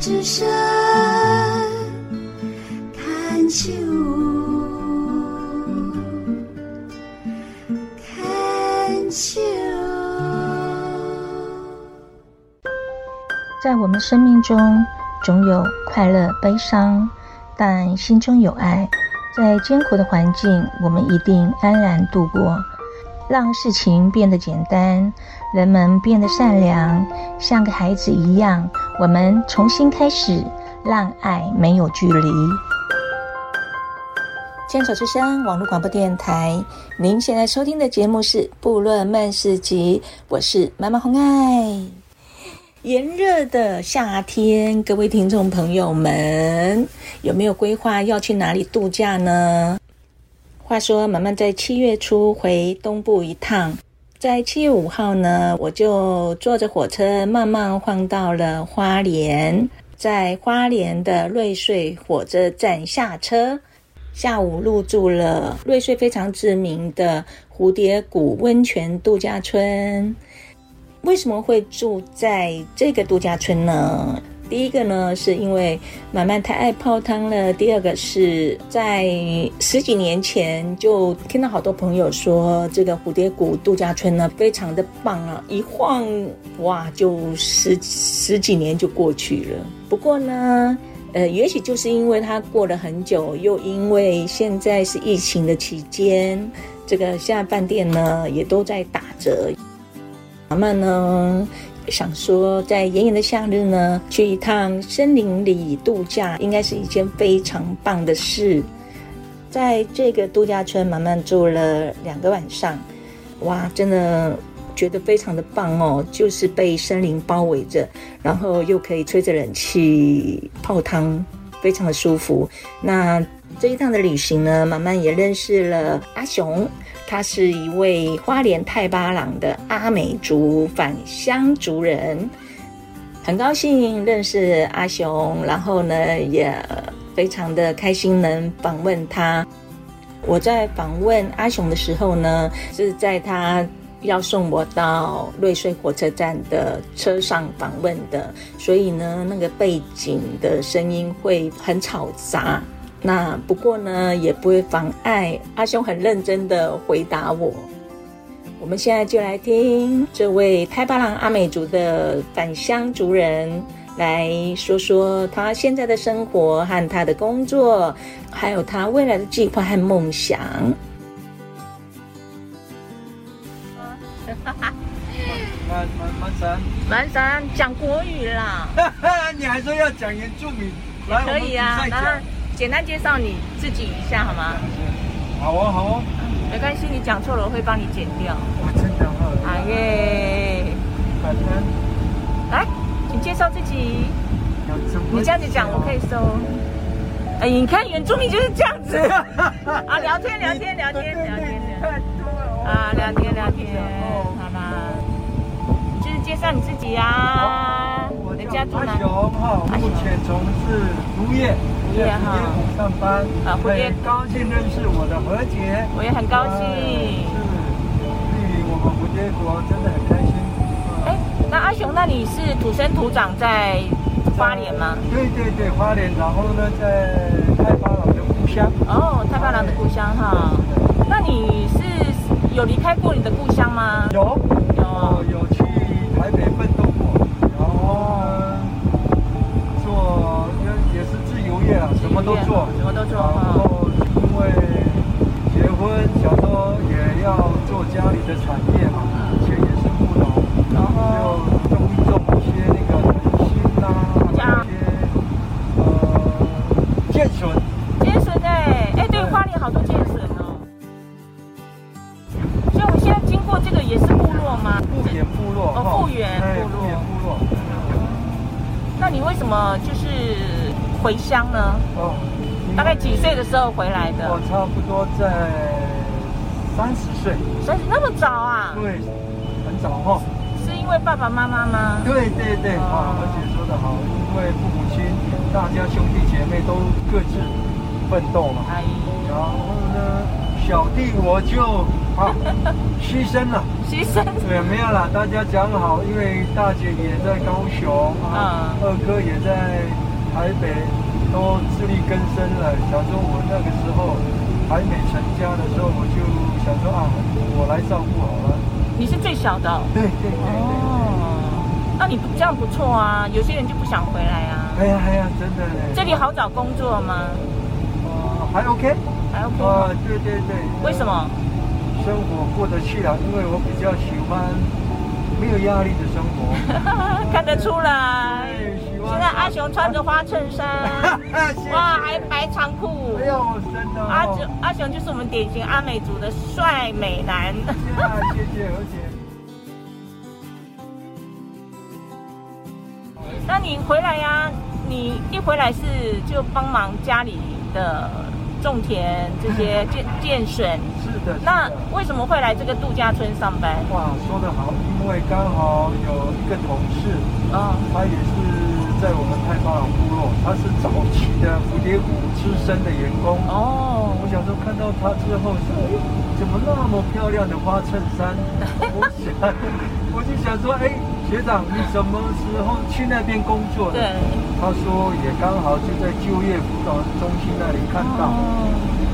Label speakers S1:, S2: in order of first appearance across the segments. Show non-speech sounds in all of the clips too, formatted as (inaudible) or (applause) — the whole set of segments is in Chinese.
S1: 之声看秋，看秋。
S2: 在我们生命中，总有快乐、悲伤，但心中有爱。在艰苦的环境，我们一定安然度过。让事情变得简单，人们变得善良，像个孩子一样，我们重新开始，让爱没有距离。牵手之声网络广播电台，您现在收听的节目是《布论曼市集》，我是妈妈红爱。炎热的夏天，各位听众朋友们，有没有规划要去哪里度假呢？话说，妈妈在七月初回东部一趟，在七月五号呢，我就坐着火车慢慢晃到了花莲，在花莲的瑞穗火车站下车，下午入住了瑞穗非常知名的蝴蝶谷温泉度假村。为什么会住在这个度假村呢？第一个呢，是因为满满太爱泡汤了；第二个是在十几年前就听到好多朋友说，这个蝴蝶谷度假村呢非常的棒啊，一晃哇就十十几年就过去了。不过呢，呃，也许就是因为它过了很久，又因为现在是疫情的期间，这个现在饭店呢也都在打折。妈妈呢，想说在炎炎的夏日呢，去一趟森林里度假，应该是一件非常棒的事。在这个度假村，妈妈住了两个晚上，哇，真的觉得非常的棒哦！就是被森林包围着，然后又可以吹着冷气泡汤，非常的舒服。那这一趟的旅行呢，妈妈也认识了阿雄。他是一位花莲太巴朗的阿美族返乡族人，很高兴认识阿雄，然后呢也非常的开心能访问他。我在访问阿雄的时候呢，是在他要送我到瑞穗火车站的车上访问的，所以呢那个背景的声音会很吵杂。那不过呢，也不会妨碍阿兄很认真的回答我。我们现在就来听这位太巴朗阿美族的返乡族人来说说他现在的生活和他的工作，还有他未来的计划和梦想。
S3: 满满满山，
S2: 南山讲国语啦，
S3: 哈哈，你还说要讲原住民？来，
S2: 可以啊
S3: 我。们比
S2: 然后
S3: 赛
S2: 简单介绍你自己一下好吗？
S3: 讲。好哦，好哦。
S2: 没关系，你讲错了我会帮你剪掉。
S3: 我真的好。
S2: 啊耶！
S3: 满山
S2: 来，请介绍自己。
S3: 有什么？
S2: 你这样子讲，我可以收。哎、你看原住民就是这样子 (laughs) 啊，聊天聊天聊天聊天聊
S3: 太多了。
S2: 啊，聊天聊天，好啦，就是介绍你自己啊，
S3: 我
S2: 人家
S3: 叫
S2: 住
S3: 阿
S2: 哪
S3: 雄？哈，目前从事农业，
S2: 业
S3: 在
S2: 哈
S3: 蝴蝶谷上班，
S2: 啊蝴蝶
S3: 很高兴认识我的何姐。
S2: 我也很高兴。
S3: 是，嗯对于我们蝴蝶国真的很开心。
S2: 哎、那阿雄，那你是土生土长在花莲吗？？
S3: 对对对，花莲，然后呢，在太巴朗的故乡。
S2: 哦，太巴郎的故乡哈。那你是有离开过你的故乡吗？
S3: 有
S2: 有
S3: 我有去台北奋斗过，然后呢做也也是自由业啊，什么都做，
S2: 什么都做
S3: 然后因为结婚，想说也要做家里的产业嘛，
S2: 嗯
S3: 以前也是务农，
S2: 然后
S3: 就种一种一些那个藤心啦，
S2: 这样
S3: 一些呃剑笋。
S2: 剑笋哎，哎，对，花莲好多剑笋哦。所以我们现在经过这个也是部落吗？
S3: 富源部落，
S2: 哦
S3: 哈
S2: 富源
S3: 哎
S2: 部落
S3: 富源部落，
S2: 那你为什么就是回乡呢？
S3: 哦，因为
S2: 大概几岁的时候回来
S3: 我
S2: 的？
S3: 差不多在三十岁，
S2: 所以那么早啊？
S3: 对，很早哈。
S2: 是因为爸爸妈妈吗？
S3: 对对对，啊，而且说的好，因为父母亲大家兄弟姐妹都各自奋斗嘛，
S2: 哎，
S3: 然后呢，小弟我就啊 (laughs) 牺牲了。
S2: 牺牲，
S3: 对，没有啦，大家讲好，因为大姐也在高雄
S2: 嗯
S3: 啊，二哥也在台北，都自力更生了。想说我那个时候还没成家的时候，我就想说啊，我来照顾好了。
S2: 你是最小的哦。
S3: 对对对对对，
S2: 哦，那你不这样不错啊，有些人就不想回来啊。
S3: 哎呀哎呀，真的嘞。
S2: 这里好找工作吗？
S3: 呃还 OK
S2: 还 OK
S3: 啊
S2: 吗？，
S3: 对对对。
S2: 为什？么？ (laughs)
S3: 生活过得去了，因为我比较喜欢没有压力的生活。
S2: 看得出来。
S3: 对哎喜欢
S2: 现在阿雄穿着花衬衫
S3: (laughs) 谢
S2: (laughs)
S3: 谢，
S2: 哇，还啊白长裤。
S3: 哎呦，真的、哦。
S2: 阿雄阿雄就是我们典型阿美族的帅美男。 (laughs)
S3: 谢谢何姐。
S2: 那你回来呀、你一回来是就帮忙家里的种田这
S3: (laughs)
S2: 些建建水。
S3: 是的，是的
S2: 那为什么会来这个度假村上班？
S3: 哇，说得好，因为刚好有一个同事，
S2: 哦，
S3: 他也是在我们太巴朗部落，他是早期的蝴蝶谷资深的员工。我
S2: 哦，
S3: 想说看到她之后说，哎，怎么那么漂亮的花衬
S2: (laughs)
S3: 衫？我想，我就想说，哎，学长，你什么时候去那边工作的？
S2: 对，
S3: 他说也刚好就在就业辅导中心那里看到。
S2: 哦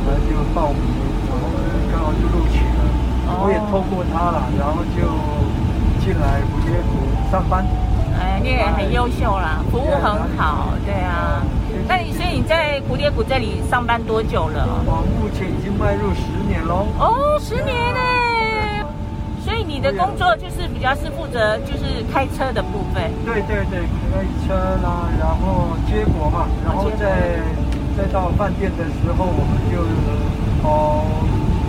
S3: 他就报名，然后刚好就录取了。
S2: 哦
S3: 我也透过他了，然后就进来蝴蝶谷上班。
S2: 哎，你也很优秀啦，服务很好，对啊。那你所以你在蝴蝶谷这里上班多久了？
S3: 我哦目前已经迈入十年喽。
S2: 哦，十年呢。所以你的工作就是比较是负责就是开车的部分。
S3: 对对对，开车啦，然后接驳嘛，然
S2: 啊
S3: 后
S2: 接驳
S3: 再再到饭店的时候，我们就哦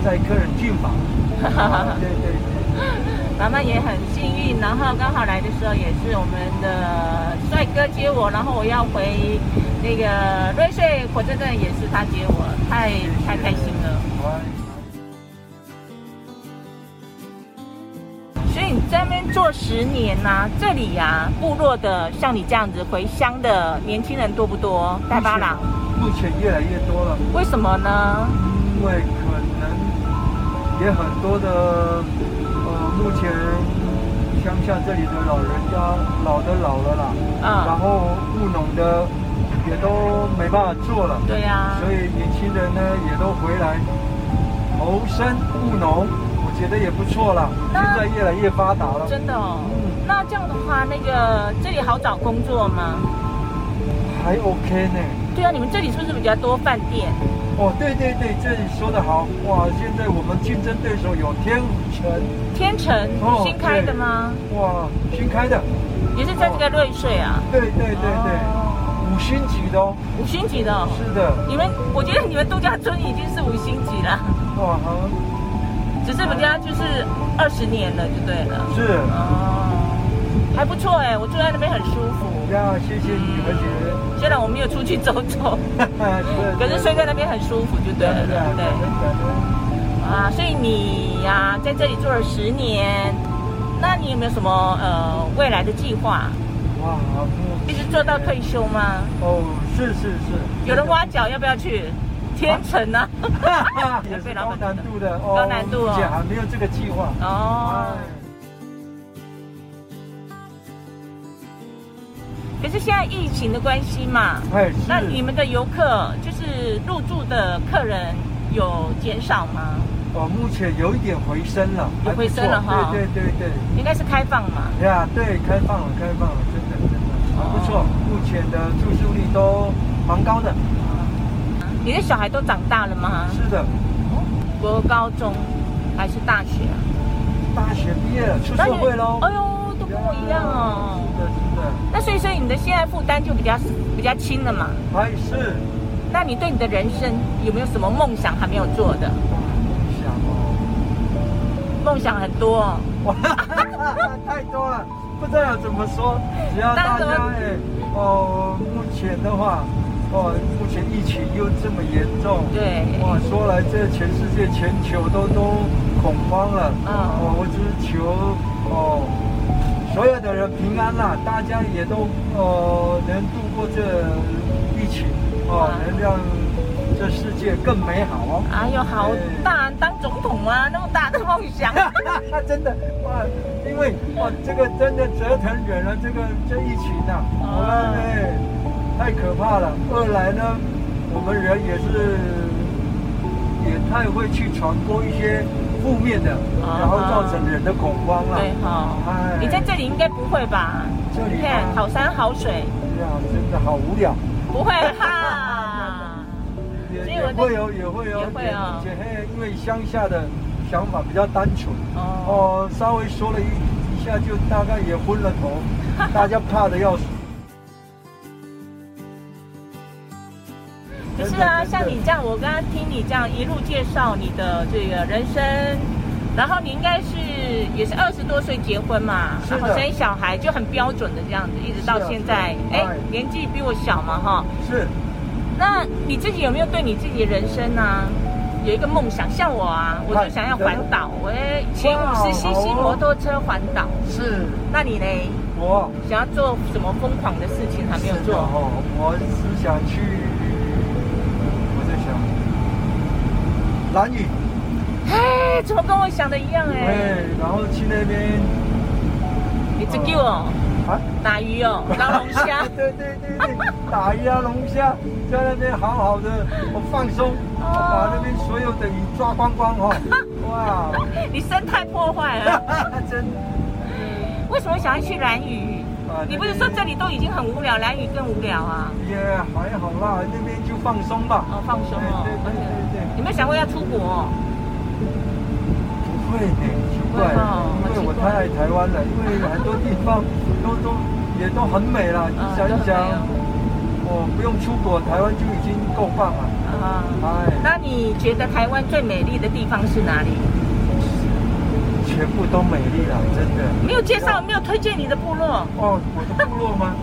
S3: 载客人进
S2: (laughs)
S3: 房。啊对对对，
S2: 妈妈也很幸运，然后刚好来的时候也是我们的帅哥接我，然后我要回那个瑞穗火车站，也是他接我，太太开心了。
S3: 我
S2: 所以你在那边做十年呐、这里呀、部落的像你这样子回乡的年轻人多不多？大巴朗，
S3: 目前越来越多了。
S2: 为什么呢？
S3: 因为可能也很多的呃，目前乡下这里的老人家老的老了啦，
S2: 嗯
S3: 然后务农的也都没办法做了，
S2: 对呀、
S3: 所以年轻人呢也都回来谋生务农，我觉得也不错啦，现
S2: 那
S3: 在越来越发达了，
S2: 啊真的哦。
S3: 嗯
S2: 那这样的话，那个这里好找工作吗？
S3: 还 OK 呢。
S2: 对啊，你们这里是不是比较多饭店？
S3: 哦，对对对，这里说得好，哇，现在我们竞争对手有天武城，
S2: 天成
S3: 哦
S2: 新开的吗？
S3: 哇，新开的。
S2: 也是在这个瑞穗啊。
S3: 对对对对，
S2: 哦
S3: 五星级的哦，
S2: 五星级的、哦，
S3: 是的，
S2: 你们我觉得你们度假村已经是五星级了， (laughs)
S3: 哇哈，
S2: 只是人家就是二十年了，就对了。
S3: 是
S2: 哦，还不错哎，我住在那边很舒服。
S3: 呀，谢谢你何姐，
S2: 虽然我没有出去走走，
S3: 哈哈，是
S2: 可是睡在那边很舒服，就对
S3: 对
S2: 了，
S3: 对
S2: 对不
S3: 对
S2: 对？啊，所以你呀、在这里做了十年，那你有没有什么呃未来的计划？
S3: 哇，
S2: 一直做到退休吗？
S3: 哦，是是是，
S2: 有人挖角要不要去？天成
S3: (laughs)
S2: 啊？
S3: 哈哈，也是高难度的哦，
S2: 高难度哦
S3: 目前还没有这个计划，
S2: 哦
S3: 哎。
S2: 可是现在疫情的关系嘛，
S3: 哎，是
S2: 那你们的游客就是入住的客人有减少吗？
S3: 哦，目前有一点回升了，
S2: 有回升了哈
S3: 还不错对对对对，
S2: 应该是开放嘛？
S3: 呀，对，开放了，开放了，真的真的还不错，目前的住宿率都蛮高的，
S2: 你的小孩都长大了吗？
S3: 是的，
S2: 国高中还是大学啊？
S3: 大学毕业了，出社会喽。
S2: 哎呦，都跟我一样哦。
S3: 是的，是的，
S2: 那所以说你的现在负担就比较比较轻了嘛？
S3: 还是
S2: 那你对你的人生有没有什么梦想还没有做的？
S3: 梦想哦。
S2: 梦想很多、哦，
S3: 哇，太多了，不知道要怎么说。只要大家
S2: 当然
S3: 哎，哦，目前的话，哦，目前疫情又这么严重，
S2: 对
S3: 哇，说来这全世界全球都都恐慌了。
S2: 嗯
S3: 哦，我只是求哦。所有的人平安啦，大家也都呃能度过这疫情
S2: 哇
S3: 哦，能让这世界更美好哦。
S2: 哎呦，好大，当总统啊，那么大的梦
S3: (laughs)
S2: 想。
S3: 啊，真的哇！因为哇，这个真的折腾远了，这个这一群呐、啊，我们
S2: 啊
S3: 哎，太可怕了。二来呢，我们人也是也太会去传播一些负面的，
S2: 啊
S3: 然后造成人的恐慌了。
S2: 对哈、
S3: 哎
S2: 你在这里应该不会吧？
S3: 这里
S2: 你看
S3: 吗
S2: 好山好水，
S3: 是啊，真的好无聊。
S2: 不会
S3: (laughs)
S2: 啦。
S3: 也
S2: 所以
S3: 也
S2: 我在
S3: 会有，也会有，
S2: 也会哦
S3: 也嘿因为乡下的想法比较单纯。
S2: 哦，
S3: 哦，稍微说了一一下，就大概也昏了
S2: (laughs)
S3: 头，大家怕的要死。
S2: 不是啊，
S3: 真的
S2: 像你这样，我刚刚听你这样一路介绍你的这个人生，然后你应该是也是二十多岁结婚嘛，
S3: 是
S2: 然
S3: 的
S2: 后生小孩就很标准的这样子，一直到
S3: 是啊
S2: 现在，
S3: 是
S2: 哎、
S3: 啊哎
S2: 年纪比我小嘛哈。
S3: 是
S2: 那你自己有没有对你自己的人生呢、啊有一个梦想？像我啊，我就想要环岛，我也骑
S3: 哇
S2: 五十 cc
S3: 好哦哦
S2: 摩托车环岛。
S3: 是，
S2: 那你呢？
S3: 我
S2: 想要做什么疯狂的事情还没有
S3: 是的
S2: 做？
S3: 哦，我是想去，我在想，蓝屿，
S2: 嘿，哎怎么跟我想的一样哎
S3: 哎？，然后去那边
S2: 你哦只给我
S3: 啊。。
S2: 打鱼哦，捞龙虾
S3: (laughs) 对对对对，打鱼啊，龙虾，在那边好好的，我放松，
S2: 哦
S3: 我把那边所有的鱼抓光
S2: (laughs)
S3: 光哈、哦，哇， (laughs)
S2: 你生态破坏了。
S3: 真的
S2: 为什么想要去蓝屿
S3: 啊？
S2: 你不是说这里都已经很无聊，蓝屿更无聊啊？
S3: 也还好啦，那边就放松吧。
S2: 哦，放松哦
S3: 对。对对对对
S2: 有没有想过要出国哦？
S3: 不会呢，奇
S2: 不会
S3: 怪，
S2: 哦
S3: 因
S2: 好
S3: 为我
S2: 奇怪
S3: 太爱台湾了，因为很多地方都都也都很美了。你
S2: 啊
S3: 想一
S2: 都很美
S3: 想
S2: 哦，
S3: 我不用出国，台湾就已经够棒了。
S2: 啊。
S3: 哎，
S2: 那你觉得台湾最美丽的地方是哪里？
S3: 全部都美丽了，真的。
S2: 没有介绍，没有推荐你的部落，
S3: 哦，我的部落吗？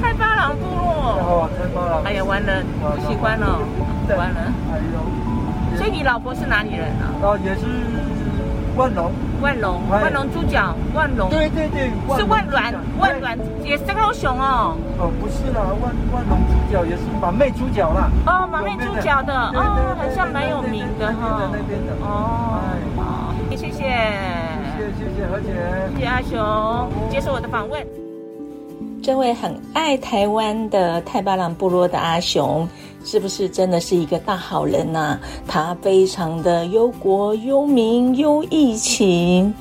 S2: 太巴郎部落。
S3: 哦，太棒了！
S2: 哎呀，完了，不喜欢了，
S3: 对
S2: 完了。。
S3: 哎呦，
S2: 所以你老婆是哪里人啊？
S3: 啊也是万隆。
S2: 万隆，
S3: 哎
S2: 万隆猪脚，万隆
S3: 对对对，
S2: 是万峦
S3: 隆，
S2: 万峦也生肉熊哦，
S3: 哦，不是啦，万万隆猪脚也是满妹猪脚啦。
S2: 哦，马妹猪脚的，
S3: 对对对
S2: 哦，好像蛮有名的哈
S3: 那边的那边的。
S2: 哦
S3: 哎，
S2: 好，谢谢，
S3: 谢谢谢谢何姐。
S2: 谢谢阿雄接受我的访问。
S4: 这位很爱台湾的泰巴朗部落的阿雄，是不是真的是一个大好人呐、他非常的忧国忧民忧义情。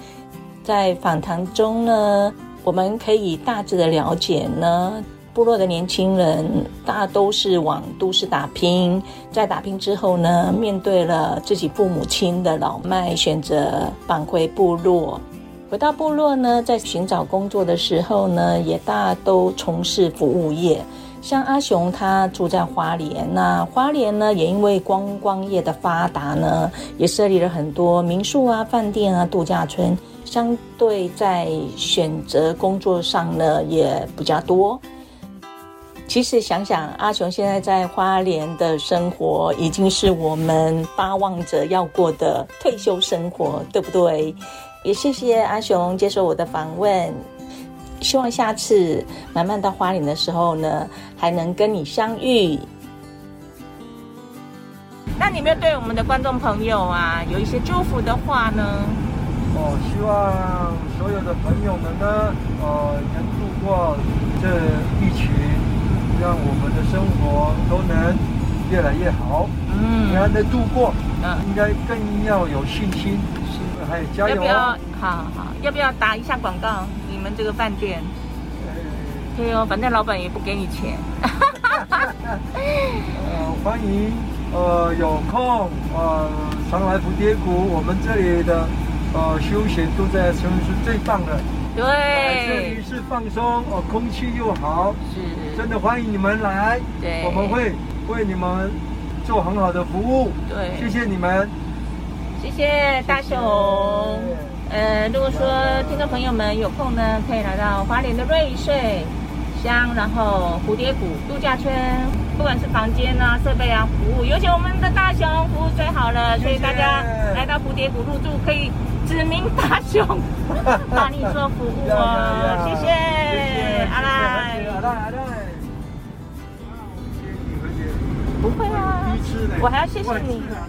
S4: 在访谈中呢，我们可以大致的了解呢，部落的年轻人大都是往都市打拼，在打拼之后呢，面对了自己父母亲的老迈，选择返回部落。回到部落呢，在寻找工作的时候呢，也大都从事服务业。像阿雄他住在花莲，那花莲呢也因为观光业的发达呢，也设立了很多民宿啊、饭店啊、度假村，相对在选择工作上呢也比较多。其实想想，阿雄现在在花莲的生活，已经是我们巴望着要过的退休生活，对不对？也谢谢阿雄接受我的访问，希望下次慢慢到花莲的时候呢，还能跟你相遇。
S2: 那你有没有对我们的观众朋友啊有一些祝福的话呢？
S3: 哦，希望所有的朋友们呢，呃，能度过这疫情，让我们的生活都能越来越好，平
S2: 嗯
S3: 安的度过。
S2: 嗯，
S3: 应该更要有信心，还有加
S2: 要
S3: 油
S2: 不
S3: 哦。
S2: 要？好好，要不要打一下广告？你们这个饭店？
S3: 呃
S2: 对哦，反正老板也不给你钱。
S3: 呃，欢迎呃有空呃常来蝴蝶谷，我们这里的呃休闲度假村是最棒的，来这
S2: 对
S3: 里，是放松，哦、空气又好，
S2: 是，
S3: 真的欢迎你们来，
S2: 对
S3: 我们会为你们做很好的服务，
S2: 对，
S3: 谢谢你们。
S2: 谢谢大雄。呃，如果说听众朋友们有空呢，可以来到花莲的瑞穗乡，然后蝴蝶谷度假村，不管是房间啊、设备啊、服务，尤其我们的大雄服务最好了，所以
S3: 谢谢
S2: 大家来到蝴蝶谷入住可以指名大
S3: (laughs)
S2: 雄帮你做服务
S3: 呀呀
S2: 哦
S3: 呀，
S2: 谢谢
S3: 谢谢
S2: 阿
S3: 谢谢阿
S2: 赖。
S3: 赖阿赖。谢谢何姐
S4: 不会啊
S3: 第一次呢，
S4: 我还要谢谢
S3: 万次
S4: 你
S3: 啊